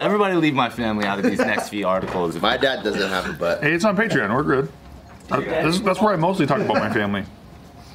Everybody leave my family out of these next few articles. My dad doesn't have a butt. Hey, it's on Patreon. We're good. Uh, this- that's where I mostly talk about my family.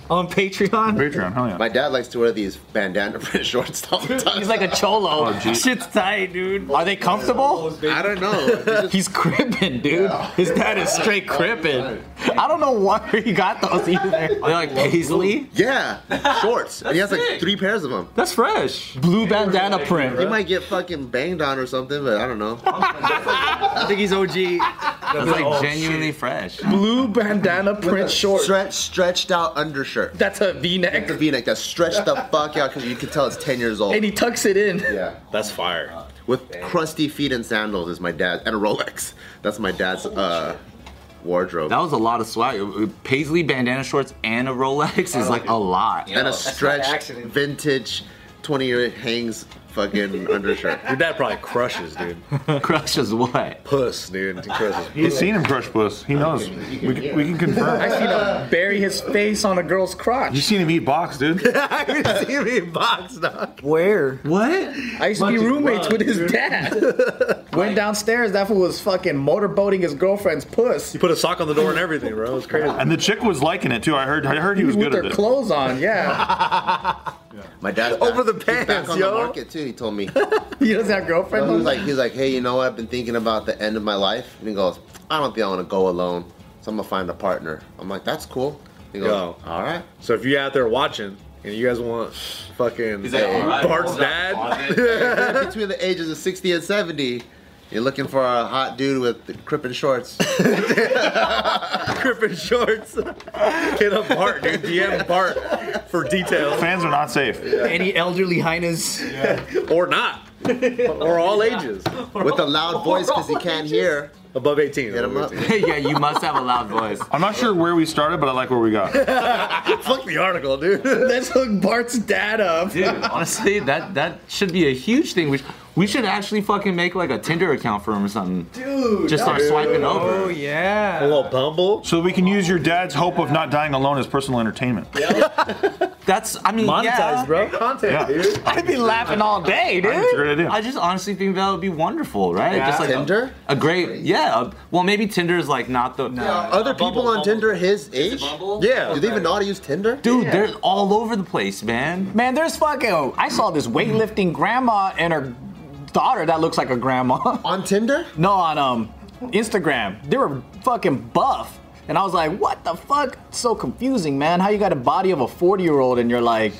on Patreon. Patreon, hell yeah. My dad likes to wear these bandana print shorts all the time. He's like a cholo. Oh, gee. Shit's tight, dude. Are they comfortable? I don't know. He's crippin', dude. His dad is straight crippin'. I don't know why he got those either. Are they like paisley? yeah, shorts. and he has like three pairs of them. That's fresh. Blue bandana print. He might get fucking banged on or something, but I don't know. I think he's OG. It's like genuinely fresh. Blue bandana print shorts. Stretch, stretched out undershirt. That's a V-neck, The V-neck that stretched the fuck out because you can tell it's ten years old. and he tucks it in. yeah, That's fire. with crusty feet and sandals is my dad, and a Rolex. That's my dad's uh, wardrobe. That was a lot of swag. Paisley bandana shorts and a Rolex is like a lot. and a stretched accident. vintage 20 year hangs fucking undershirt. Your dad probably crushes, dude. Crushes what? Puss, dude. He crushes. He's seen him crush puss. He knows. We, can- we can I confirm. seen him bury his face on a girl's You've crotch. seen him eat box, dude. Where? What? I used to be roommates with his dad. Went downstairs, that fool was fucking motorboating his girlfriend's puss. He put a sock on the door and everything, bro. It was crazy. And the chick was liking it too. I heard. I heard he was With good at their it. clothes on, yeah. My dad's Over the back- pants, he's back on yo. the market too. He told me. He doesn't have he girlfriend. was homes? like, he's like, hey, you know what? I've been thinking about the end of my life, and he goes, I don't think I want to go alone, so I'm gonna find a partner. I'm like, that's cool. He goes, Yo. all right. So if you're out there watching and you guys want fucking Bart's dad, Between the ages of 60 and 70. You're looking for a hot dude with the crippin' shorts. Griffin shorts, hit up Bart, dude. DM Bart for details Fans are not safe. Any elderly highness? or not, or all ages with a loud voice because he can't hear. above 18. Hit him up. yeah, you must have a loud voice. I'm not sure where we started, but I like where we got. Fuck the article, dude. Let's hook Bart's dad up. Dude, honestly, that that should be a huge thing. We, sh- we should actually fucking make like a Tinder account for him or something. Dude, just start swiping Oh over. A yeah. little Bumble. So we can use your dad's hope of not dying alone as personal entertainment. That's I mean, Monetized, yeah. bro. Yeah, it's I'd be laughing all day, a dude. great idea. I just honestly think that would be wonderful, right? Just like a- Tinder? a, great, yeah. a- well, maybe Tinder is like not the. Other people on Tinder his age? Yeah. Do they even know how to use Tinder? Dude, they're all over the place, man. Man, there's fucking. I saw this weightlifting grandma and her daughter that looks like a grandma. On Tinder? No, on um Instagram. They were fucking buff. And I was like, what the fuck? So confusing, man. How you got a body of a 40 year old and you're like,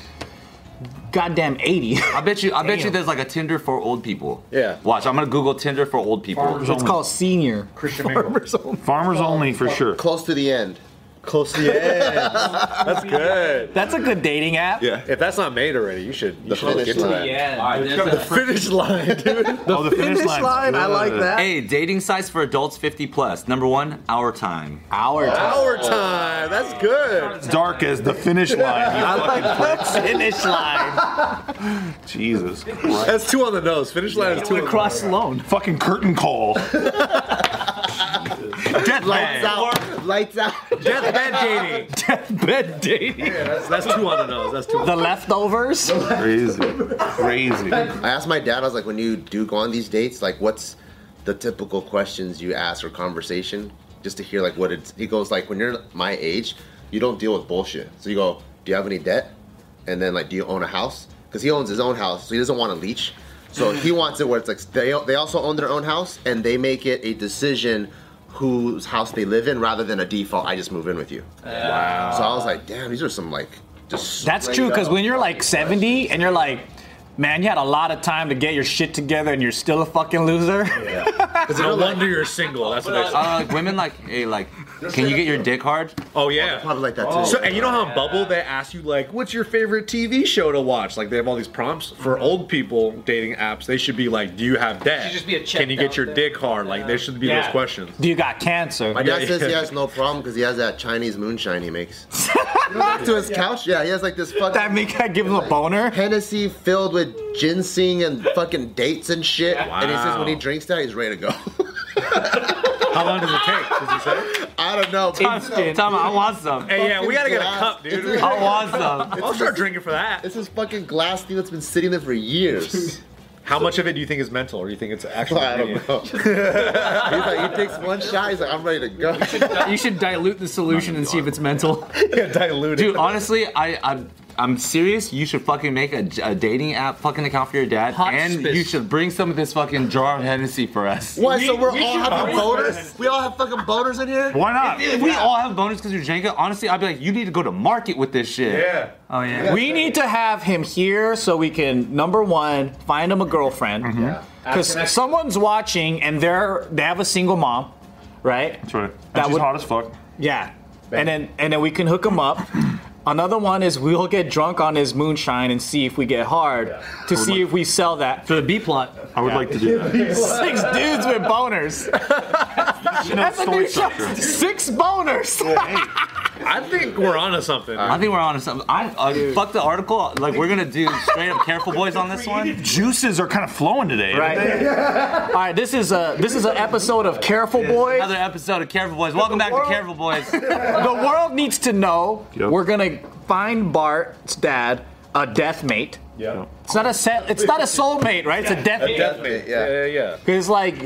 goddamn 80. I bet you. I bet you Damn. there's like a Tinder for old people. Yeah. Watch, I'm gonna Google Tinder for old people. it's called senior. Christian Mingle. Farmers only for sure. Close to the end. Close to the end. That's good. That's a good dating app. Yeah. If that's not made already, you should. You The should finish line. All right, there's a- Finish line, dude. oh, the finish, line. I like that. Hey, dating sites for adults 50 plus. Number one, our time. Our time. Hour time. That's good. It's dark as the finish line. I like the finish line. Jesus Christ. That's two on the nose. Finish line is two on the nose. Across Sloan. Fucking curtain call. Lights out. Lights out. Death bed dating. Bed dating. That's, that's two on the nose. That's two. The leftovers. Crazy. Crazy. I asked my dad, I was like, when you do go on these dates, like, what's the typical questions you ask or conversation? Just to hear, like, what it's. He goes, like, when you're my age, you don't deal with bullshit. So you go, do you have any debt? And then, like, do you own a house? Because he owns his own house, so he doesn't want to leech. So he wants it where it's like they, they also own their own house and they make it a decision whose house they live in rather than a default. I just move in with you. Wow. So I was like, damn, these are some like just. That's straight true, because up when you're fucking like 70 and you're like, man, you had a lot of time to get your shit together and you're still a fucking loser. No wonder you're single. That's what they say. Uh, like, women like, hey, like, can you get your dick hard? Oh yeah. Probably like that too. So and you know how in Bubble they ask you like, what's your favorite TV show to watch? Like they have all these prompts for old people dating apps. They should be like, do you have debt? should just be a Can you checked get your out dick hard? Like there should be those Yeah. questions. Do you got cancer? My dad Yeah, says he yeah. has no problem because he has that Chinese moonshine he makes. You know, next to his couch, yeah, he has like this fucking That make I give him a boner? Hennessy filled with ginseng and fucking dates and shit. And he says Wow. when he drinks that, he's ready to go. How long does it take? Does he say? I don't know. but Tom, Tom, I want some. Hey, yeah, we gotta get a glass. cup, dude. It's We- a- I want some. I'll start drinking for that. It's this fucking glass thing that's been sitting there for years. How much of it do you think is mental, or do you think it's actually? I don't know. he's like, he takes one shot. He's like, I'm ready to go. You should dilute the solution and see if it's mental. diluted. Dude, honestly, I, I'm I'm serious. You should fucking make a, a dating app fucking account for your dad, and Hotspit. you should bring some of this fucking jar of Hennessy for us. What? so we're all having boners? We all have fucking boners in here? Why not? If we all have bonus because you're Jenga, honestly, I'd be like, you need to go to market with this shit. yeah. Oh yeah. We need to have him here so we can number one find him a girlfriend because someone's watching and they're they have a single mom, right? That's right. And That she's would- hot as fuck. Yeah, and then and then we can hook him up. Another one is we'll get drunk on his moonshine and see if we get hard to see if we sell that. For the B plot. I would like to do that. Six dudes with boners. That's a story new show. structure. Six boners. I think we're onto something. I think we're on to something. I'm uh, fuck the article. Like we're gonna do straight up careful boys on this one. Juices are kind of flowing today. aren't they? Right. All right. This is a this is an episode of Careful Boys. Another episode of Careful Boys. Welcome back to Careful Boys. The world needs to know. Yep. We're gonna find Bart's dad a death mate. Yeah. It's not a set. It's not a soulmate, right? It's a death mate. Definitely, yeah. Yeah, yeah. It's like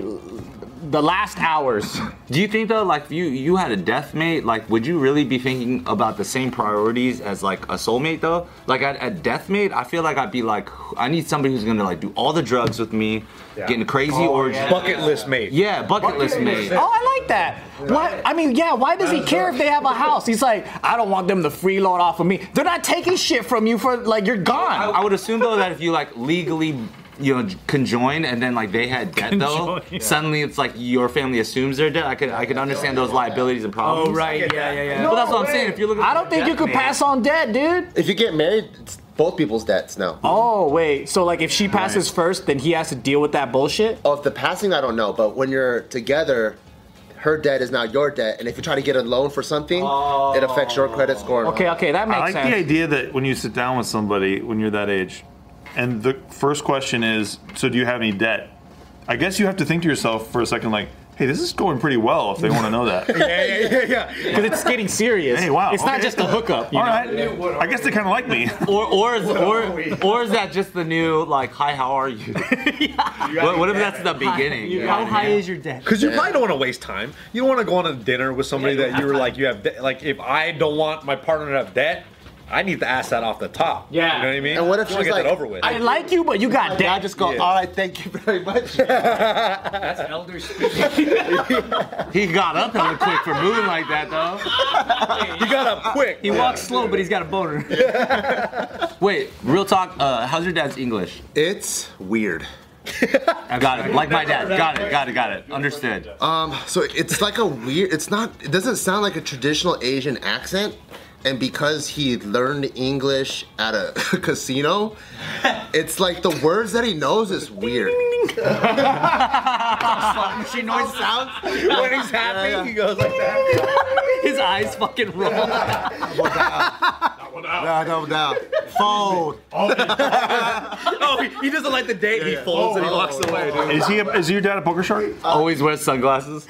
the last hours. Do you think though, like if you you had a death mate, like would you really be thinking about the same priorities as like a soulmate though? Like at a death mate, I feel like I'd be like, I need somebody who's gonna like do all the drugs with me, getting crazy orgies. Yeah, Bucket list mate. bucket, list mate. Oh, I like that. Why? I mean, yeah. Why does he care if they have a house? He's like, I don't want them to freeload off of me. They're not taking shit from you for like you're I, gone. I would assume though that if you like legally. You know, conjoined, and then like they had debt though. Suddenly, it's like your family assumes they're dead. I could, I could understand those liabilities and problems. Oh, Yeah, yeah, yeah. But that's what I'm saying. If you're looking, I don't think you could pass on debt, dude. If you get married, it's both people's debts now. Oh wait. So like, if she passes first, then he has to deal with that bullshit. Oh, if the passing, I don't know, but when you're together, her debt is now your debt, and if you try to get a loan for something, it affects your credit score. Okay, okay, that makes I like sense. the idea that when you sit down with somebody when you're that age, and the first question is, "So do you have any debt?" I guess you have to think to yourself for a second, like, "Hey, this is going pretty well." If they want to know that, Yeah, yeah, yeah, yeah. Because it's getting serious. Hey, wow, It's not okay. just a hookup. you all know? right. I guess they kind of like me. or or is, or or is that just the new like, hi, how are you? what, what if that's the beginning? you know How what I high mean? is your debt? Because you probably don't want to waste time. You don't want to go on a dinner with somebody that you were like, you have, de- like, if I don't want my partner to have debt, I need to ask that off the top. Yeah. You know what I mean? And what if I wanna she's get like, that over with? I like you, but you got I dad. just go, Yeah. all right, thank you very much. That's elder speaking. He got up hella quick for moving like that though. you got up quick. He walks slow, but he's got a boner. Wait, real talk. Uh, how's your dad's English? it's weird. Got it. Like my dad. Got it. Got it. Got it. Understood. Um, so it's like a weird. It's not. It doesn't sound like a traditional Asian accent. And because he learned English at a casino, it's like the words that he knows is weird. she knows Sounds. when he's happy, yeah. he goes like that. his eyes fucking roll. No, no, no. Fold. Oh, he, he doesn't like the date. He folds and he walks away. Dude. Is he? A, is your dad a poker shark? Always wears sunglasses.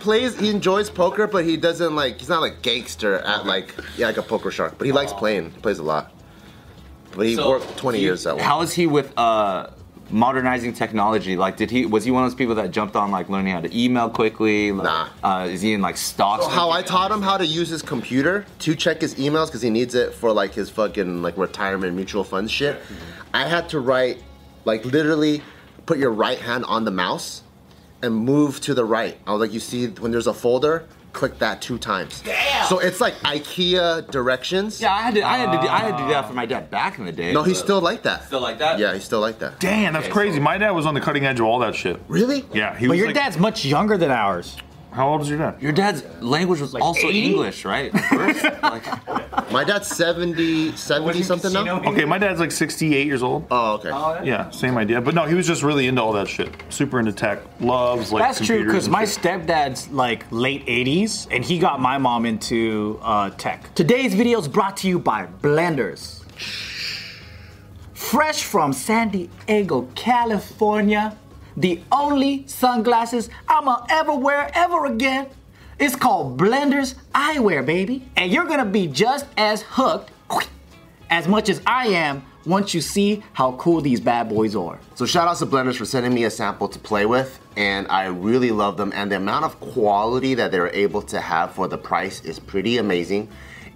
Plays. He enjoys poker, but he doesn't like. He's not like gangster at like yeah, like a poker shark. But he likes playing. He plays a lot. But he worked 20 years that way. How is he with uh, modernizing technology? Like, did he was he one of those people that jumped on like learning how to email quickly? Like, Nah. Uh, is he in like stocks? So how I taught him how to use his computer to check his emails because he needs it for like his fucking like retirement mutual fund shit. I had to write like literally put your right hand on the mouse and move to the right. I was like, you see when there's a folder, click that two times. So it's like IKEA directions. yeah, I had to. I had to. Do, I had to do that for my dad back in the day. No, he's but- still like that. Uh, Still like that? Yeah, he's still like that. Damn, that's crazy. My dad was on the cutting edge of all that shit. Really? Yeah, he but was your like, dad's much younger than ours. How old is your dad? Your dad's language was also English, right? First, like, My dad's 70, 70 something now. Okay, my dad's like 68 years old. Oh, okay. Yeah, same idea. But no, he was just really into all that shit. Super into tech. Loves like. That's true, computers because and my shit. stepdad's like late 80s, and he got my mom into uh, tech. Today's video is brought to you by Blenders. Fresh from San Diego, California, the only sunglasses I'ma ever wear ever again. It's called Blenders Eyewear, baby. And you're gonna be just as hooked as much as I am once you see how cool these bad boys are. So shout outs to Blenders for sending me a sample to play with, and I really love them. And the amount of quality that they're able to have for the price is pretty amazing.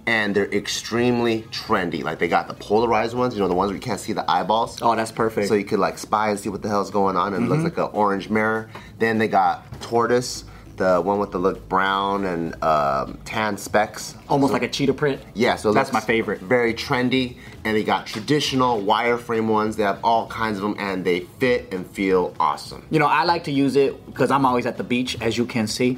And they're extremely trendy. Like they got the polarized ones, you know, the ones where you can't see the eyeballs. Oh, that's perfect. Mm-hmm. So you could like spy and see what the hell's going on, and it looks like an orange mirror. Then they got tortoise, the one with the look brown and um, tan specks. Almost like a cheetah print. Yeah, so it That's looks my favorite. Very trendy, and they got traditional wireframe ones. They have all kinds of them, and they fit and feel awesome. You know, I like to use it because I'm always at the beach, as you can see.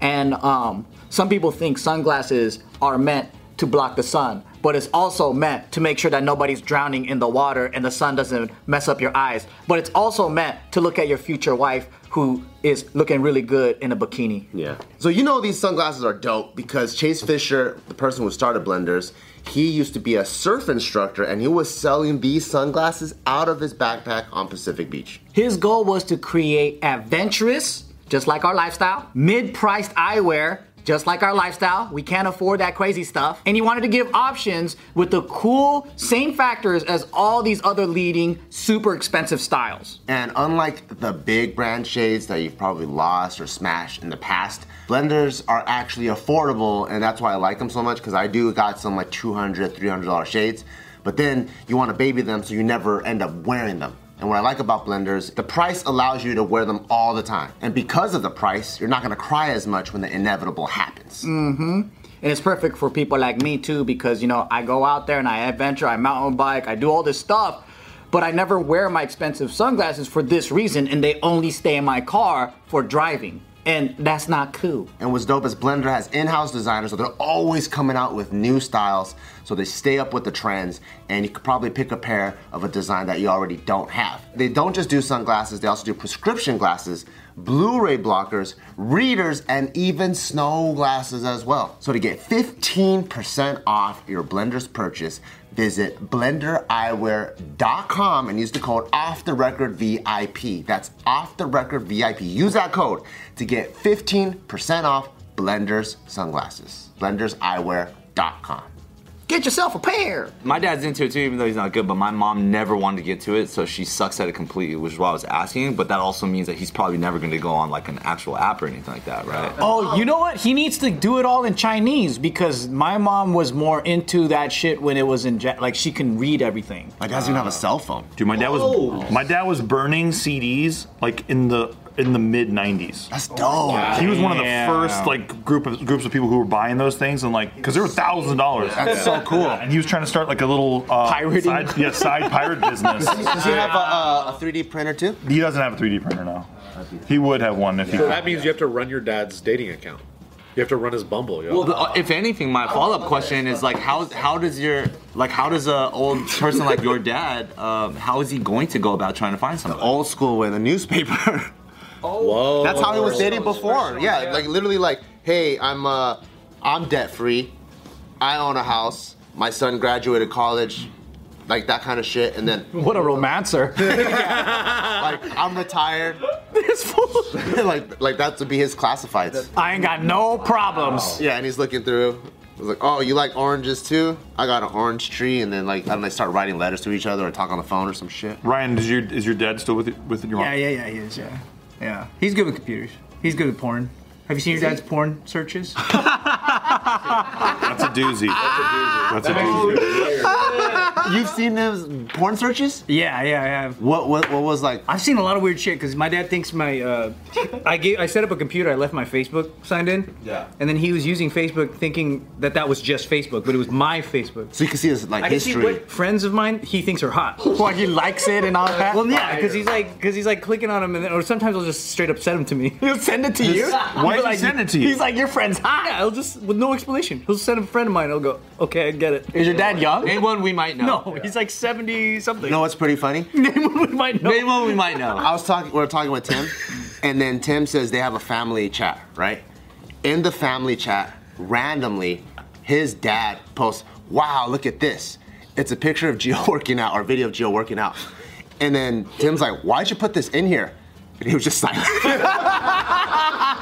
And um, some people think sunglasses are meant to block the sun, but it's also meant to make sure that nobody's drowning in the water and the sun doesn't mess up your eyes. But it's also meant to look at your future wife who is looking really good in a bikini. Yeah. So you know these sunglasses are dope because Chase Fisher, the person who started Blenders, he used to be a surf instructor, and he was selling these sunglasses out of his backpack on Pacific Beach. His goal was to create adventurous, just like our lifestyle, mid priced eyewear, just like our lifestyle. We can't afford that crazy stuff. And he wanted to give options with the cool, same factors as all these other leading, super expensive styles. And unlike the big brand shades that you've probably lost or smashed in the past, blenders are actually affordable, and that's why I like them so much because I do got some like 200 $300 shades, but then you want to baby them so you never end up wearing them. And what I like about blenders, the price allows you to wear them all the time. And because of the price, you're not gonna cry as much when the inevitable happens. And it's perfect for people like me too, because you know, I go out there and I adventure, I mountain bike, I do all this stuff, but I never wear my expensive sunglasses for this reason, and they only stay in my car for driving. And that's not cool. And what's dope is Blender has in-house designers, so they're always coming out with new styles, so they stay up with the trends, and you could probably pick a pair of a design that you already don't have. They don't just do sunglasses, they also do prescription glasses, Blu-ray blockers, readers, and even snow glasses as well. So to get 15% off your Blender's purchase, visit blendereyewear.com and use the code off the record VIP. That's off the record VIP. Use that code to get 15% off Blender's sunglasses. Blenderseyewear.com. Get yourself a pair. My dad's into it too, even though he's not good. But my mom never wanted to get to it, so she sucks at it completely, which is why I was asking. But that also means that he's probably never going to go on like an actual app or anything like that, right? Oh, you know what? He needs to do it all in Chinese because my mom was more into that shit when it was in ja- like she can read everything. My dad's even have a cell phone. Dude, my dad was my dad was burning CDs like in the in the mid '90s. That's dope. He was one of the Damn. first like group of groups of people who were buying those things and like because they were thousand dollars. That's so cool. And he was trying to start like a little uh, Pirating? side, yeah, side pirate business. Does he have a, a, a 3D printer too? He doesn't have a 3D printer now. He would have one if he So could. that means you have to run your dad's dating account. You have to run his Bumble. Yo. Well, the, uh, if anything, my follow-up question is like, how how does your like how does a old person like your dad, um, how is he going to go about trying to find somebody? Old school way, the newspaper. Whoa. That's how he was dating before. Yeah, like literally, like, hey, I'm uh, I'm debt free. I own a house. My son graduated college, like that kind of shit. And then What a romancer. like I'm retired. this fool. like like that would be his classifieds. I ain't got no problems. Yeah, and he's looking through. I was like, oh, you like oranges too? I got an orange tree, and then like I don't know, they start writing letters to each other or talk on the phone or some shit. Ryan, is your is your dad still with you- with your mom? Yeah, yeah, yeah, he is, yeah. Yeah. He's good with computers. He's good with porn. Have you seen your dad's porn searches? That's a doozy. That's a doozy. You've seen those porn searches? yeah, yeah, I have. What what what was like? I've seen a lot of weird shit because my dad thinks my uh, I gave I set up a computer. I left my Facebook signed in. Yeah. And then he was using Facebook thinking that that was just Facebook, but it was my Facebook. So you can see his like I can see history. what friends of mine he thinks are hot. Like he likes it and all that. Well, yeah, because he's like, because he's like clicking on them, and then, or sometimes I'll just straight up send them to me. He'll send it to you. Why did he send it to you? He's like, your friend's Yeah, hot. I'll just with no explanation. He'll send a friend of mine. I'll go, okay, I get it. Is your dad young? Name one we might know. No, he's like seventy something. you know what's pretty funny? we might know. Name one we might know. I was talking. We were talking with Tim, and then Tim says they have a family chat, right? In the family chat, randomly, his dad posts, "Wow, look at this! It's a picture of Gio working out or video of Gio working out." And then Tim's like, "Why'd you put this in here?" And he was just silent.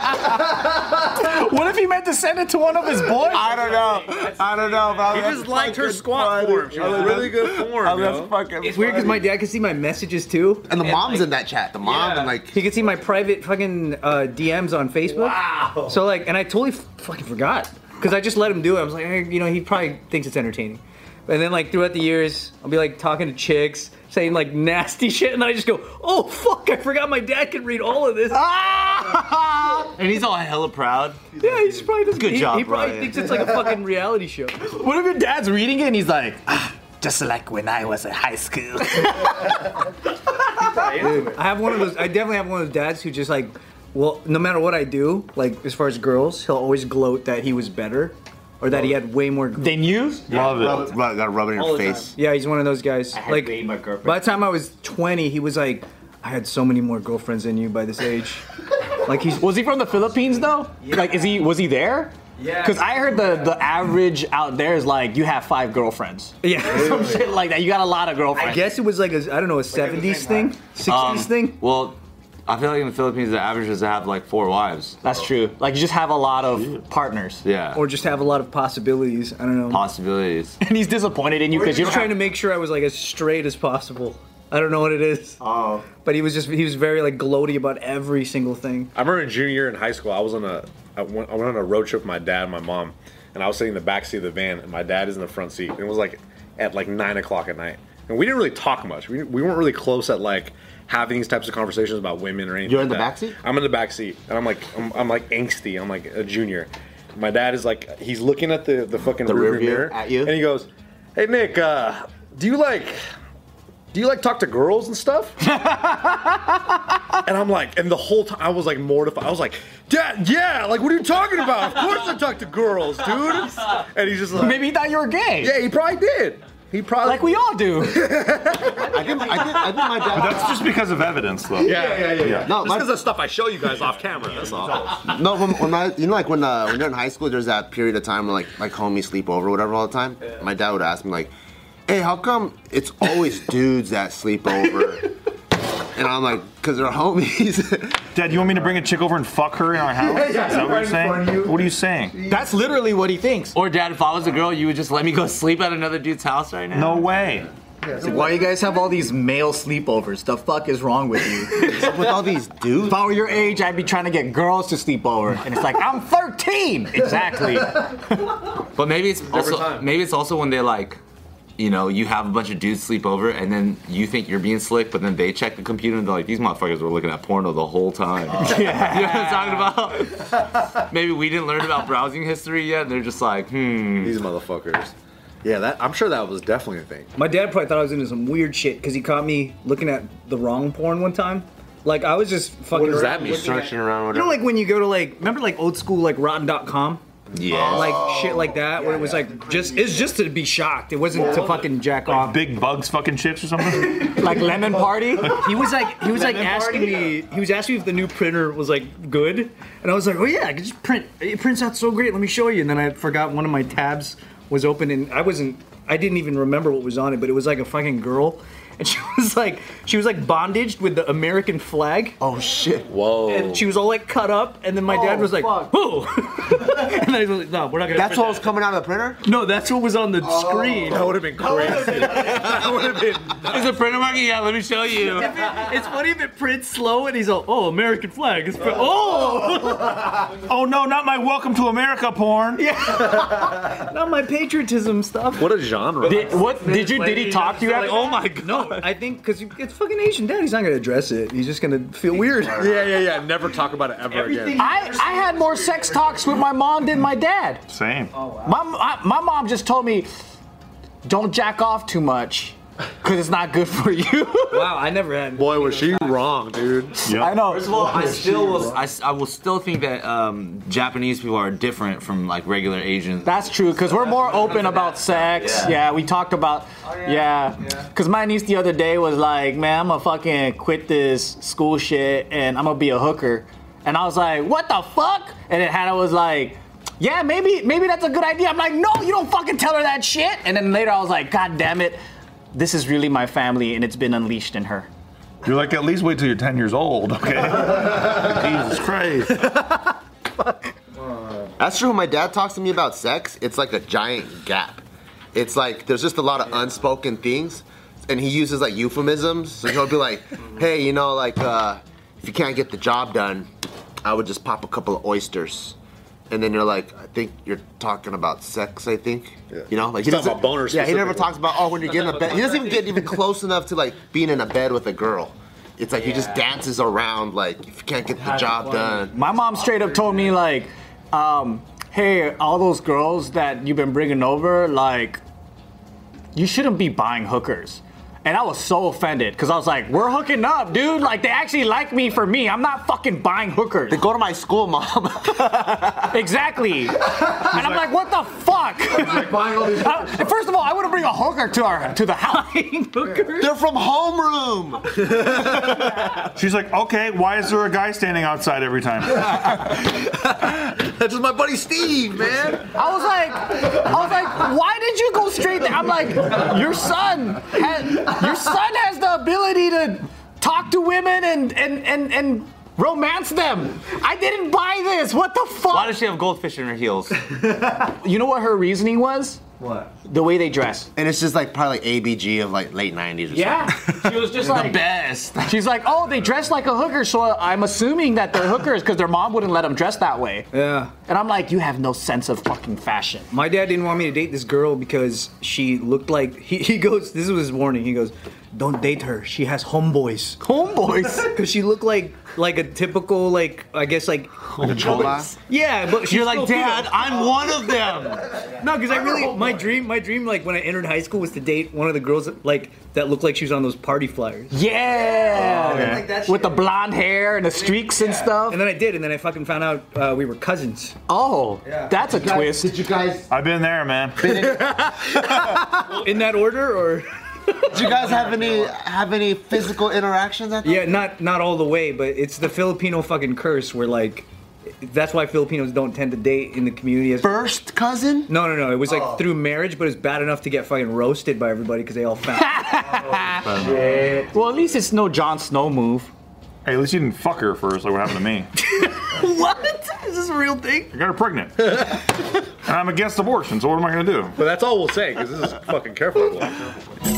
What if he meant to send it to one of his boys? I don't know. I don't know. But He just liked her squat form. She was really good form. I yo. left fucking. It's weird because my dad could see my messages too. And the mom's like, in that chat. The mom and like He could see my private fucking uh, DMs on Facebook. Wow. So like, and I totally f- fucking forgot because I just let him do it. I was like, eh, you know, he probably thinks it's entertaining. And then like throughout the years, I'll be like talking to chicks, saying like nasty shit, and then I just go, oh fuck, I forgot my dad could read all of this. And he's all hella Ah! proud. yeah, he just probably doesn't. Good he, job, He probably Ryan. thinks it's like a fucking reality show. What if your dad's reading it and he's like, "Ah, Just like when I was in high school. I have one of those. I definitely have one of those dads who just like, well, no matter what I do, like as far as girls, he'll always gloat that he was better, or that he had way more. Girls. Then you? love it. rub, rub, gotta rub it in your face. Yeah, he's one of those guys. had like way more girlfriends. by the time I was 20, he was like, I had so many more girlfriends than you by this age. like he's Was he from the Philippines though? Like, is he was he there? Yeah. Because I heard the the average out there is like you have five girlfriends, yeah. some shit like that. You got a lot of I girlfriends. guess it was like Um, a I don't know a 70s thing, 60s thing. Um, Well, I feel like in the Philippines, the average is to have like four wives. That's true. Like you just have a lot of partners, Yeah. Or just have a lot of possibilities. I don't know. possibilities. and he's disappointed in you because Because you're you're trying to make sure I was like as straight as possible. I don't know what it is. Oh. But he was just he was very like gloaty about every single thing. I remember in junior year in high school, I was on a I went, I went on a road trip with my dad and my mom, and I was sitting in the back seat of the van, and my dad is in the front seat. And it was like at like nine o'clock at night, and we didn't really talk much. We, we weren't really close at like having these types of conversations about women or anything. You're in like the that. back seat? I'm in the back seat, and I'm like I'm, I'm like angsty. I'm like a junior. My dad is like he's looking at the the fucking The rearview rear view mirror at you? and he goes, "Hey Nick, uh, do you like?" Do you like talk to girls and stuff? And I'm like, and the whole time I was like mortified. I was like, Dad, yeah, like what are you talking about? Of course I talk to girls, dude. And he's just like, maybe he thought you were gay, yeah, he probably did. He probably like we all do. I think, I think, I think my dad. That's just because of evidence, though. Yeah, yeah, yeah. yeah. No, Just my- because of stuff I show you guys off camera. That's all. No, when, when I, you know, like when uh, when you're in high school, there's that period of time where like like homies sleep over, or whatever, all the time. My dad would ask me like, "Hey, how come it's always dudes that sleep over?" and I'm like, "Cause they're homies." Dad, you want me to bring a chick over and fuck her in our house? Is that what you're saying? What are you saying? That's literally what he thinks. Or dad, if I was a girl, you would just let me go sleep at another dude's house right now? No way. Why you guys have all these male sleepovers? The fuck is wrong with you? With all these dudes, if I were your age, I'd be trying to get girls to sleep over, and it's like I'm 13. Exactly. But maybe it's also maybe it's also when they like, you know, you have a bunch of dudes sleep over and then you think you're being slick, but then they check the computer and they're like, these motherfuckers were looking at porno the whole time. you know what I'm talking about? maybe we didn't learn about browsing history yet, and they're just like, hmm. These motherfuckers. Yeah, that I'm sure that was definitely a thing. My dad probably thought I was into some weird shit because he caught me looking at the wrong porn one time. Like I was just fucking. What searching around, You whatever. know, like when you go to like remember like old school like Rotten.com. Yeah. Like shit like that, where it was like just it's just to be shocked. It wasn't to fucking jack off. Big bugs fucking chips or something? like lemon party. He was like, he was like asking me, he was asking me if the new printer was like good, and I was like, oh yeah, I can just print. It prints out so great. Let me show you. And then I forgot one of my tabs was open, and I wasn't, I didn't even remember what was on it, but it was like a fucking girl, and she was like, she was like bondaged with the American flag, oh shit! and she was all like cut up, and then my Oh, dad was like, who? and I was like, no, we're not gonna. That's print what was coming out of the printer. that." No, that's what was on the screen. Oh. That would have been crazy. that would have been. Is a printer market? Yeah, let me show you. It's funny if it prints slow and he's all, oh, American flag. It's print- oh, oh no, not my welcome to America porn. not my patriotism stuff. What a genre. Did, what did you? Did he talk to you? Like, After? oh my god! No, I think because it's fucking Asian dad. He's not gonna address it. He's just gonna feel weird. Yeah, yeah, yeah. Never talk about it ever again. I, I had more sex talks with my mom than my dad. Same. Oh. My, I, my mom just told me, don't jack off too much, because it's not good for you. Wow, I never had. Boy, was she wrong, dude. Yep. I know. First of all, I still will. I, s- I will still think that um, Japanese people are different from like regular Asians. That's true, because we're more open about sex. Yeah. we talked about, Oh, yeah. Because my niece the other day was like, man, I'm gonna fucking quit this school shit and I'm gonna be a hooker. And I was like, what the fuck? And then Hannah was like, yeah, maybe maybe that's a good idea. I'm like, no, you don't fucking tell her that shit. And then later I was like, god damn it, this is really my family and it's been unleashed in her. You're like, at least wait till you're 10 years old, okay? Jesus Christ. That's true. When my dad talks to me about sex, it's like a giant gap. It's like there's just a lot of unspoken things, and he uses like euphemisms. So he'll be like, "Hey, you know, like uh, if you can't get the job done, I would just pop a couple of oysters." And then you're like, "I think you're talking about sex." I think, Yeah. you know, like He's talking doesn't- about boners Yeah, he never specifically. talks about oh when you're getting a bed. He doesn't even get even close enough to like being in a bed with a girl. It's like he just dances around like if you can't get the job done. My mom straight up told me like, um, "Hey, all those girls that you've been bringing over, like, you shouldn't be buying hookers." And I was so offended because I was like, "We're hooking up, dude! Like, they actually like me for me. I'm not fucking buying hookers." Go to my school, mom. Exactly. and I'm like, what the fuck? I- First of all, I wouldn't bring a hooker to our to the house. They're from homeroom. She's like, okay, why is there a guy standing outside every time? That's just my buddy Steve, man. I was like, I was like, why did you go straight there? I'm like, your son, has, your son has the ability to talk to women and and and and romance them. I didn't buy this. What the fuck? Why does she have goldfish in her heels? you know what her reasoning was? What? The way they dress. And it's just like probably ABG of like late 90s or Yeah. She was just like Best. She's like, oh, they dress like a hooker, so I'm assuming that they're hookers because their mom wouldn't let them dress that way. Yeah. And I'm like, you have no sense of fucking fashion. My dad didn't want me to date this girl because she looked like he, he goes. This was his warning. He goes, "Don't date her. She has homeboys." Homeboys. Because she looked like like a typical like I guess like something. yeah, but she's You're like, still female." Dad, I'm one of them. No, because I really my dream my dream like when I entered high school was to date one of the girls that, like that looked like she was on those party flyers. Yeah. Like that shit. With the blonde hair and the streaks and stuff. And then I did, and then I fucking found out uh, we were cousins. oh, that's a twist. Did you guys? I've been there, man. In that order, or Did you guys have any have any physical interactions at yeah, not not all the way, but it's the Filipino fucking curse where like that's why Filipinos don't tend to date in the community. As- First cousin? Oh. no, no, no. It was like through marriage, but it's bad enough to get fucking roasted by everybody because they all found. well, at least it's no Jon Snow move. Hey, at least you didn't fuck her first, like what happened to me. what? Is this a real thing? I got her pregnant. and I'm against abortion, so what am I gonna do? But that's all we'll say because this is fucking careful.